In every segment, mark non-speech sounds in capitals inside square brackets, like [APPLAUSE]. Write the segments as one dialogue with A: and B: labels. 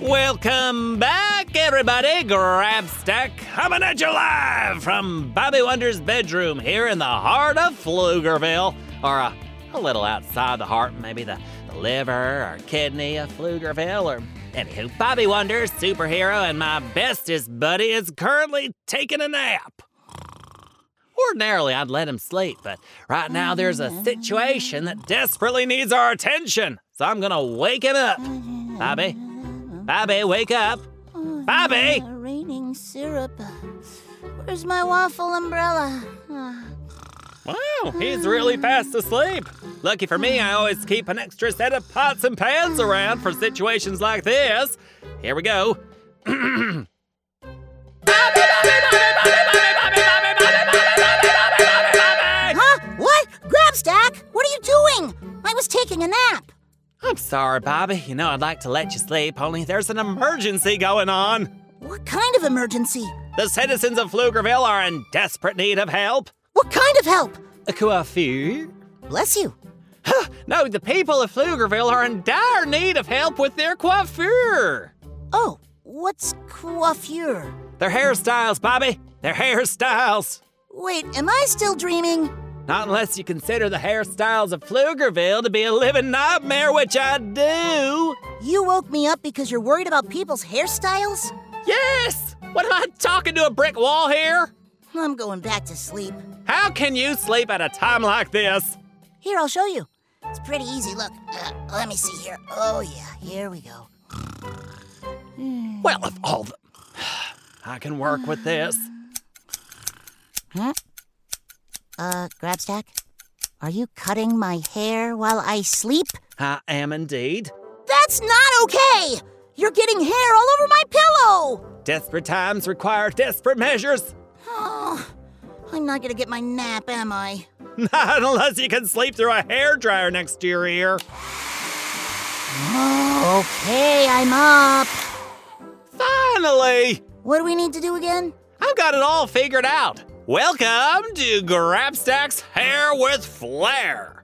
A: Welcome back, everybody. Grabstack coming at you live from Bobby Wonder's bedroom here in the heart of Pflugerville, or a, a little outside the heart, maybe the, the liver or kidney of Pflugerville, or anywho, Bobby Wonder, superhero, and my bestest buddy is currently taking a nap. Ordinarily, I'd let him sleep, but right now there's a situation that desperately needs our attention, so I'm gonna wake him up. Bobby, Bobby, wake up.
B: Oh,
A: Bobby!
B: yeah, raining syrup. Where's my waffle umbrella? Ah,
A: Wow, he's really fast asleep. Lucky for me, I always keep an extra set of pots and pans around for situations like this. Here we go. Bobby, Bobby, Bobby, Bobby, Bobby, Bobby, Bobby, Bobby, Bobby, Bobby, Bobby, Bobby, Bobby.
B: Huh? What? Grabstack? What are you doing? I was taking a nap.
A: I'm sorry, Bobby. You know, I'd like to let you sleep, only there's an emergency going on.
B: What kind of emergency?
A: The citizens of Pflugerville are in desperate need of help.
B: What kind of help?
A: Coiffure?
B: Bless you.
A: No, the people of Pflugerville are in dire need of help with their coiffure.
B: Oh, what's coiffure?
A: Their hairstyles, Bobby. Their hairstyles.
B: Wait, am I still dreaming?
A: Not unless you consider the hairstyles of Pflugerville to be a living nightmare, which I do.
B: You woke me up because you're worried about people's hairstyles?
A: Yes! What am I talking to a brick wall here?
B: I'm going back to sleep.
A: How can you sleep at a time like this?
B: Here, I'll show you. It's pretty easy. Look, uh, let me see here. Oh, yeah, here we go.
A: Well, if all the. [SIGHS] I can work with this.
B: Uh, Grabstack, are you cutting my hair while I sleep?
A: I am indeed.
B: That's not okay! You're getting hair all over my pillow!
A: Desperate times require desperate measures. [LAUGHS]
B: Oh, [SIGHS] I'm not gonna get my nap, am I? [SIGHS]
A: Not unless you can sleep through a hairdryer next to your ear.
B: Okay, I'm up.
A: Finally!
B: What do we need to do again?
A: I've got it all figured out. Welcome to Grabstack's Hair with Flair.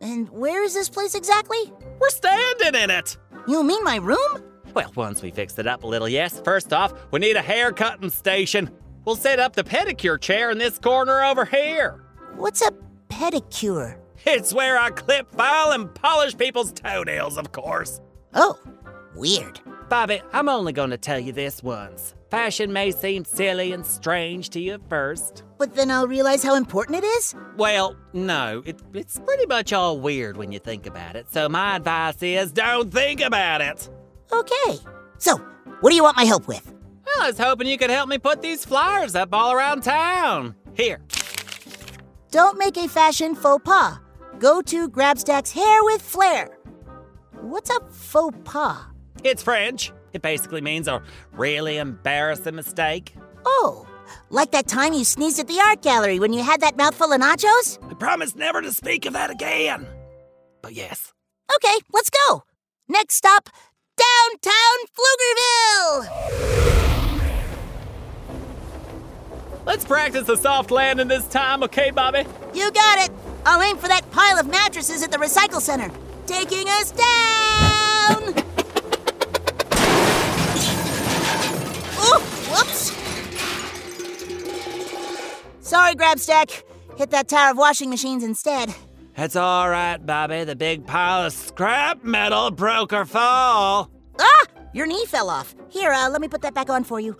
B: And where is this place exactly?
A: We're standing in it.
B: You mean my room?
A: Well, once we fixed it up a little, yes. First off, we need a hair cutting station. We'll set up the pedicure chair in this corner over here.
B: What's a pedicure?
A: It's where I clip, file, and polish people's toenails, of course.
B: Oh, weird.
A: Bobby, I'm only going to tell you this once. Fashion may seem silly and strange to you at first.
B: But then I'll realize how important it is?
A: Well, no, it, it's pretty much all weird when you think about it. So my advice is don't think about it.
B: Okay. So, what do you want my help with?
A: Well, I was hoping you could help me put these flyers up all around town. Here.
B: Don't make a fashion faux pas. Go to Grabstack's hair with flair. What's a faux pas?
A: It's French. It basically means a really embarrassing mistake.
B: Oh, like that time you sneezed at the art gallery when you had that mouthful of nachos?
A: I promise never to speak of that again. But yes.
B: Okay, let's go. Next stop, downtown Pflugerville.
A: Let's practice the soft landing this time, okay, Bobby?
B: You got it. I'll aim for that pile of mattresses at the recycle center. Taking us down. oh, whoops. Sorry, Grabstack. Hit that tower of washing machines instead.
A: It's all right, Bobby. The big pile of scrap metal broke her fall.
B: Ah! Your knee fell off. Here, uh, let me put that back on for you.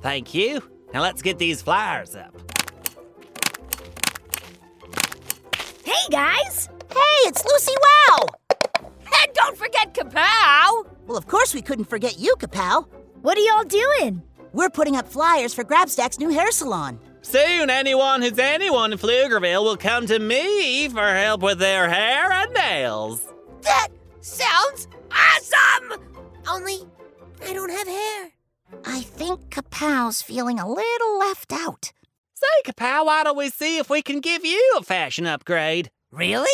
A: Thank you. Now let's get these flyers up.
C: Hey guys!
B: Hey, it's Lucy Wow!
C: And don't forget Kapow!
B: Well, of course we couldn't forget you, Kapow.
C: What are y'all doing?
B: We're putting up flyers for Grabstack's new hair salon.
A: Soon, anyone who's anyone in Pflugerville will come to me for help with their hair and nails.
C: That sounds awesome! Only, I don't have hair.
B: I think Kapow's feeling a little left out.
A: Say, Kapow, why don't we see if we can give you a fashion upgrade?
C: Really?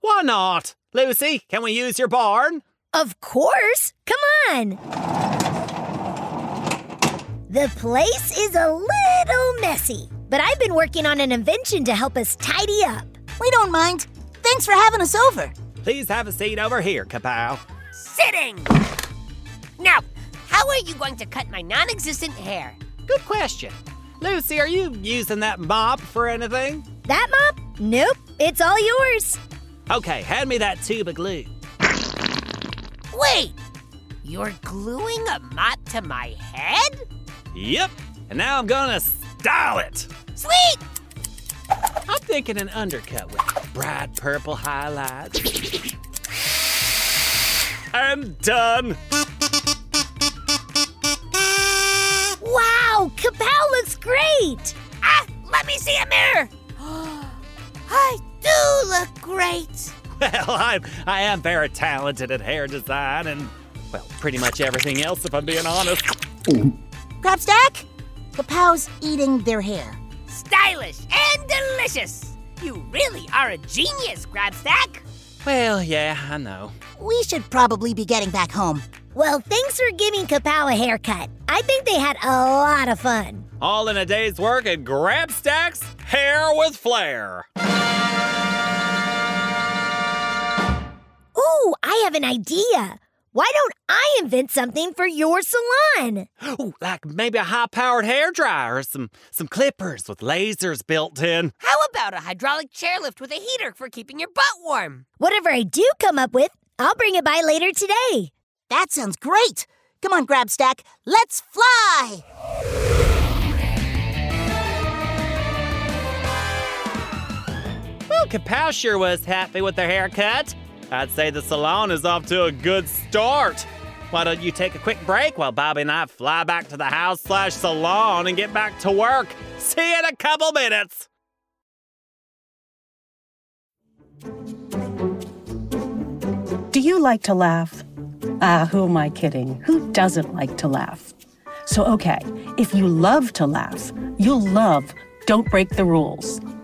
A: Why not? Lucy, can we use your barn?
C: Of course! Come on! The place is a little messy, but I've been working on an invention to help us tidy up.
B: We don't mind. Thanks for having us over.
A: Please have a seat over here, Kapow.
D: Sitting! Now, how are you going to cut my non existent hair?
A: Good question. Lucy, are you using that mop for anything?
C: That mop? Nope, it's all yours.
A: Okay, hand me that tube of glue.
D: Wait! You're gluing a mop to my head?
A: Yep. And now I'm gonna style it.
D: Sweet!
A: I'm thinking an undercut with bright purple highlights. I'm done. [LAUGHS]
C: Wow, Kapow looks great!
D: Ah, let me see a
B: [GASPS]
D: mirror! I do look great!
A: Well, I, I am very talented at hair design and, well, pretty much everything else, if I'm being honest.
B: Grabstack? Kapow's eating their hair.
D: Stylish and delicious! You really are a genius, Grabstack!
A: Well, yeah, I know.
B: We should probably be getting back home.
C: Well, thanks for giving Kapow a haircut. I think they had a lot of fun.
A: All in a day's work at Grabstack's Hair with Flair.
C: Ooh, I have an idea. Why don't I invent something for your salon?
A: Ooh, like maybe a high-powered hair dryer or some some clippers with lasers built in.
D: How about a hydraulic chairlift with a heater for keeping your butt warm?
C: Whatever I do come up with, I'll bring it by later today.
B: That sounds great. Come on, Grabstack. Let's fly.
A: Well, Kapow sure was happy with their haircut. I'd say the salon is off to a good start. Why don't you take a quick break while Bobby and I fly back to the house slash salon and get back to work? See you in a couple minutes.
E: Do you like to laugh? Ah, who am I kidding? Who doesn't like to laugh? So, okay, if you love to laugh, you'll love Don't Break the Rules.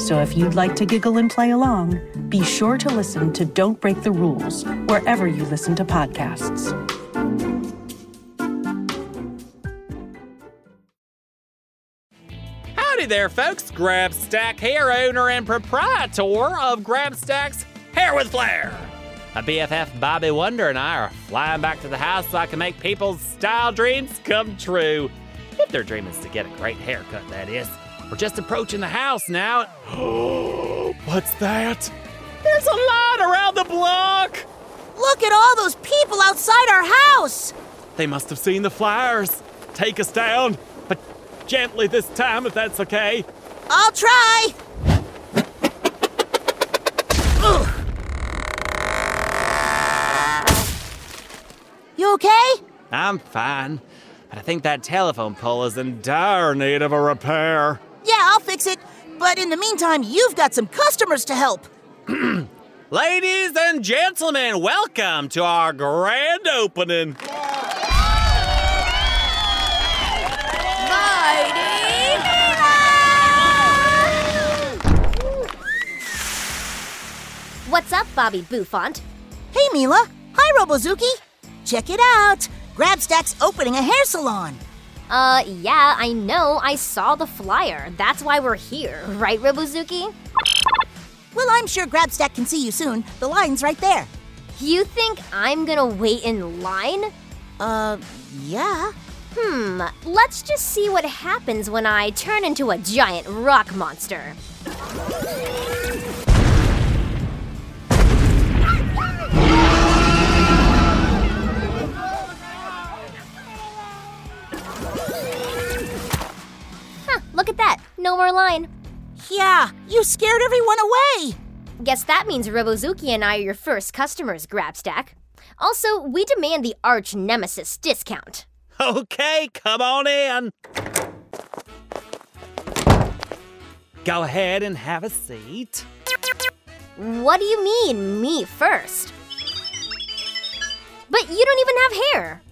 E: So if you'd like to giggle and play along, be sure to listen to Don't Break the Rules wherever you listen to podcasts.
A: Howdy there, folks. Grabstack Hair owner and proprietor of Grabstack's Hair with Flair. My BFF Bobby Wonder and I are flying back to the house so I can make people's style dreams come true. If their dream is to get a great haircut, that is. We're just approaching the house now. [GASPS] What's that? There's a line around the block.
B: Look at all those people outside our house.
A: They must have seen the flyers. Take us down, but gently this time if that's okay.
B: I'll try. Ugh. You okay?
A: I'm fine, but I think that telephone pole is in dire need of a repair.
B: Yeah, I'll fix it. But in the meantime, you've got some customers to help.
A: Ladies and gentlemen, welcome to our grand opening.
C: What's up, Bobby Buffont?
B: Hey, Mila. Hi, Robozuki. Check it out. Grabstack's opening a hair salon.
F: Uh, yeah, I know. I saw the flyer. That's why we're here, [LAUGHS] right, Robozuki?
B: Well, I'm sure Grabstack can see you soon. The line's right there.
F: You think I'm gonna wait in line?
B: Uh, yeah.
F: Hmm, let's just see what happens when I turn into a giant rock monster. Huh, look at that. No more line.
B: Yeah, you scared everyone away.
F: Guess that means Robozuki and I are your first customers, Grabstack. Also, we demand the arch nemesis discount.
A: Okay, come on in. Go ahead and have a seat.
F: What do you mean, me first? But you don't even have hair.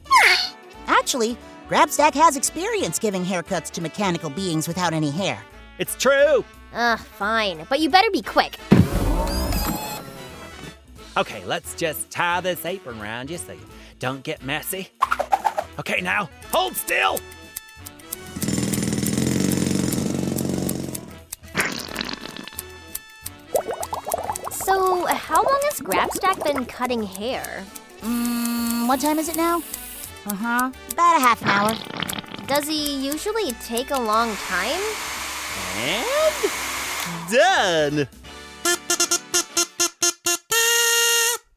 B: Actually, Grabstack has experience giving haircuts to mechanical beings without any hair.
A: It's true.
F: Ugh, fine. But you better be quick.
A: Okay, let's just tie this apron around you so you don't get messy. Okay, now hold still.
F: So, how long has Grabstack been cutting hair?
B: Mm, what time is it now? Uh huh. About a half an hour.
F: Does he usually take a long time?
A: And done.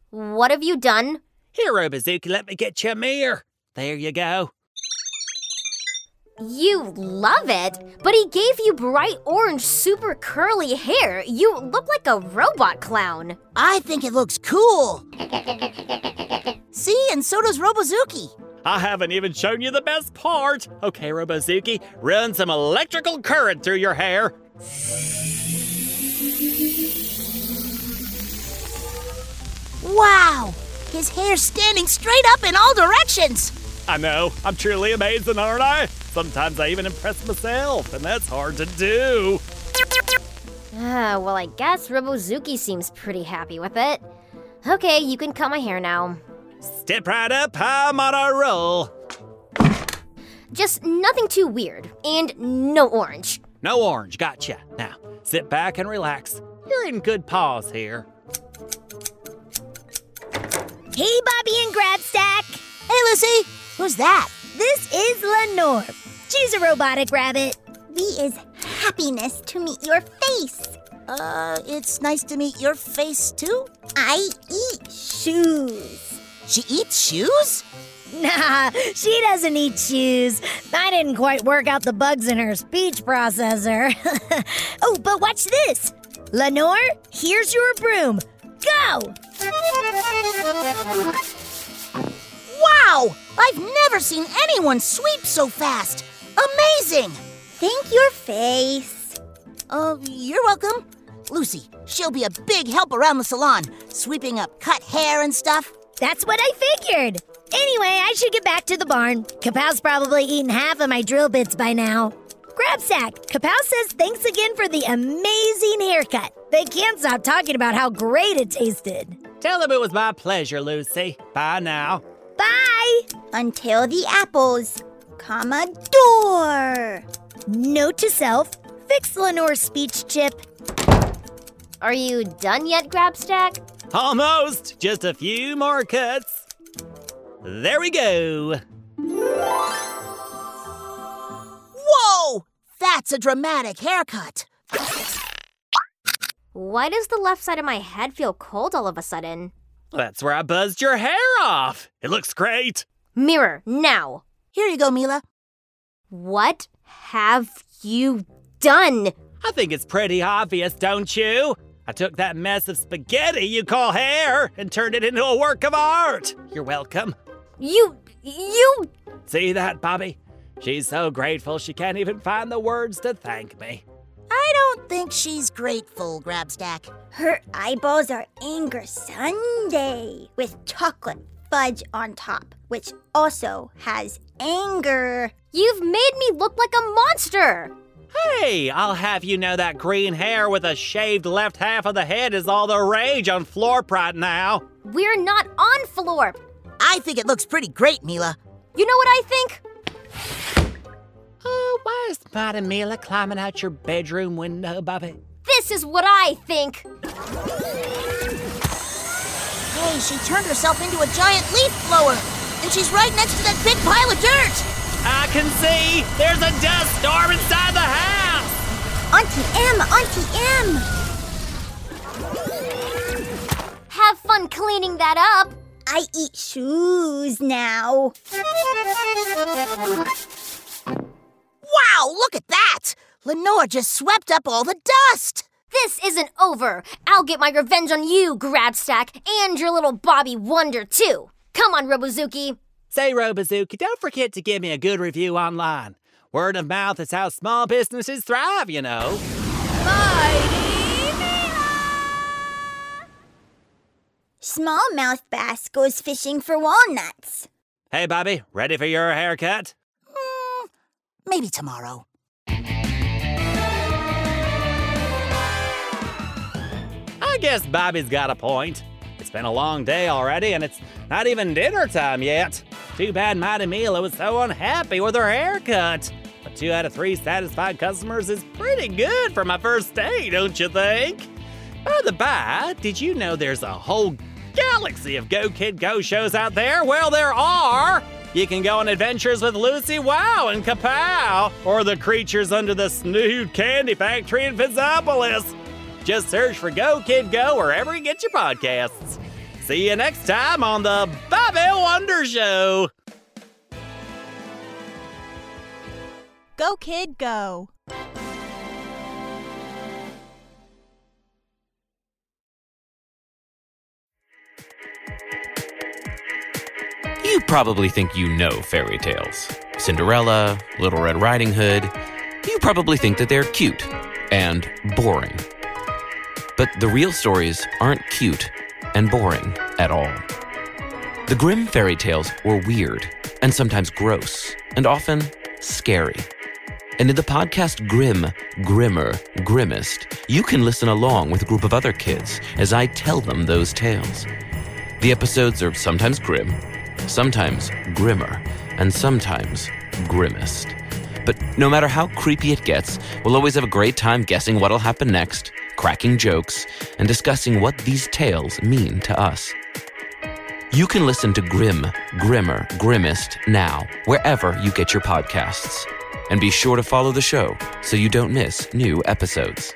F: What have you done?
A: Here, Robozuki, let me get you a mirror. There you go.
F: You love it, but he gave you bright orange, super curly hair. You look like a robot clown.
B: I think it looks cool. [LAUGHS] See, and so does Robozuki.
A: I haven't even shown you the best part. Okay, Robozuki, run some electrical current through your hair.
B: Wow! His hair's standing straight up in all directions.
A: I know, I'm truly amazing, aren't I? Sometimes I even impress myself, and that's hard to do.
F: Ah, well, I guess Robozuki seems pretty happy with it. Okay, you can cut my hair now.
A: Step right up, I'm on a roll.
F: Just nothing too weird, and no orange.
A: No orange, gotcha. Now, sit back and relax. You're in good pause here.
C: Hey, Bobby and Grabstack!
B: Hey, Lucy! Who's that?
C: This is Lenore. She's a robotic rabbit. V is happiness to meet your face.
B: Uh, it's nice to meet your face, too.
C: I eat shoes.
B: She eats shoes?
C: [LAUGHS] Nah, she doesn't eat shoes. I didn't quite work out the bugs in her speech processor. oh, but watch this. Lenore, here's your broom. Go!
B: Wow! I've never seen anyone sweep so fast. Amazing!
C: Thank your face.
B: Uh, you're welcome. Lucy, she'll be a big help around the salon, sweeping up cut hair and stuff.
C: That's what I figured. Anyway, I should get back to the barn. Kapow's probably eaten half of my drill bits by now. Grabsack, Kapow says thanks again for the amazing haircut. They can't stop talking about how great it tasted.
A: Tell them it was my pleasure, Lucy. Bye now.
C: Bye!
D: Until the apples, comma, door.
C: Note to self, fix Lenore's speech chip.
F: Are you done yet, Grabstack?
A: Almost. Just a few more cuts. There we go.
B: Whoa! That's a dramatic haircut.
F: Why does the left side of my head feel cold all of a sudden?
A: That's where I buzzed your hair off. It looks great.
F: Mirror, now!
B: Here you go, Mila.
F: What have you done?
A: I think it's pretty obvious, don't you? I took that mess of spaghetti you call hair and turned it into a work of art. You're welcome.
F: You. you.
A: See that, Bobby? She's so grateful she can't even find the words to thank me.
B: I don't think she's grateful, Grabstack.
D: Her eyeballs are anger Sunday with chocolate fudge on top, which also has anger.
F: You've made me look like a monster!
A: Hey, I'll have you know that green hair with a shaved left half of the head is all the rage on Florp right now.
F: We're not on Florp!
B: I think it looks pretty great, Mila.
F: You know what I think?
A: Oh, why is Madam Mila climbing out your bedroom window, Bobby?
F: This is what I think!
B: Hey, she turned herself into a giant leaf blower, and she's right next to that big pile of dirt.
A: I can see there's a dust storm inside the house.
D: Auntie M, Auntie M!
F: Have fun cleaning that up.
D: I eat shoes now.
B: Wow, look at that! Lenore just swept up all the dust!
F: This isn't over. I'll get my revenge on you, Grabstack, and your little Bobby Wonder, too. Come on, Robozuki.
A: Say, Robozuki, don't forget to give me a good review online. Word of mouth is how small businesses thrive, you know.
D: Smallmouth bass goes fishing for walnuts.
A: Hey, Bobby, ready for your haircut?
B: Maybe tomorrow.
A: I guess Bobby's got a point. It's been a long day already, and it's not even dinner time yet. Too bad Mighty Mila was so unhappy with her haircut. But two out of three satisfied customers is pretty good for my first day, don't you think? By the by, did you know there's a whole galaxy of Go Kid Go shows out there? Well, there are! You can go on adventures with Lucy Wow and Kapow, or the creatures under the Snood Candy Factory in Physopolis. Just search for Go Kid Go wherever you get your podcasts. See you next time on the Bobby Wonder Show.
G: Go, kid, go.
H: You probably think you know fairy tales Cinderella, Little Red Riding Hood. You probably think that they're cute and boring. But the real stories aren't cute and boring at all. The Grimm fairy tales were weird and sometimes gross and often scary. And in the podcast Grim, Grimmer, Grimmest, you can listen along with a group of other kids as I tell them those tales. The episodes are sometimes grim, sometimes grimmer, and sometimes grimmest. But no matter how creepy it gets, we'll always have a great time guessing what'll happen next, cracking jokes, and discussing what these tales mean to us. You can listen to Grim, Grimmer, Grimmest now, wherever you get your podcasts. And be sure to follow the show so you don't miss new episodes.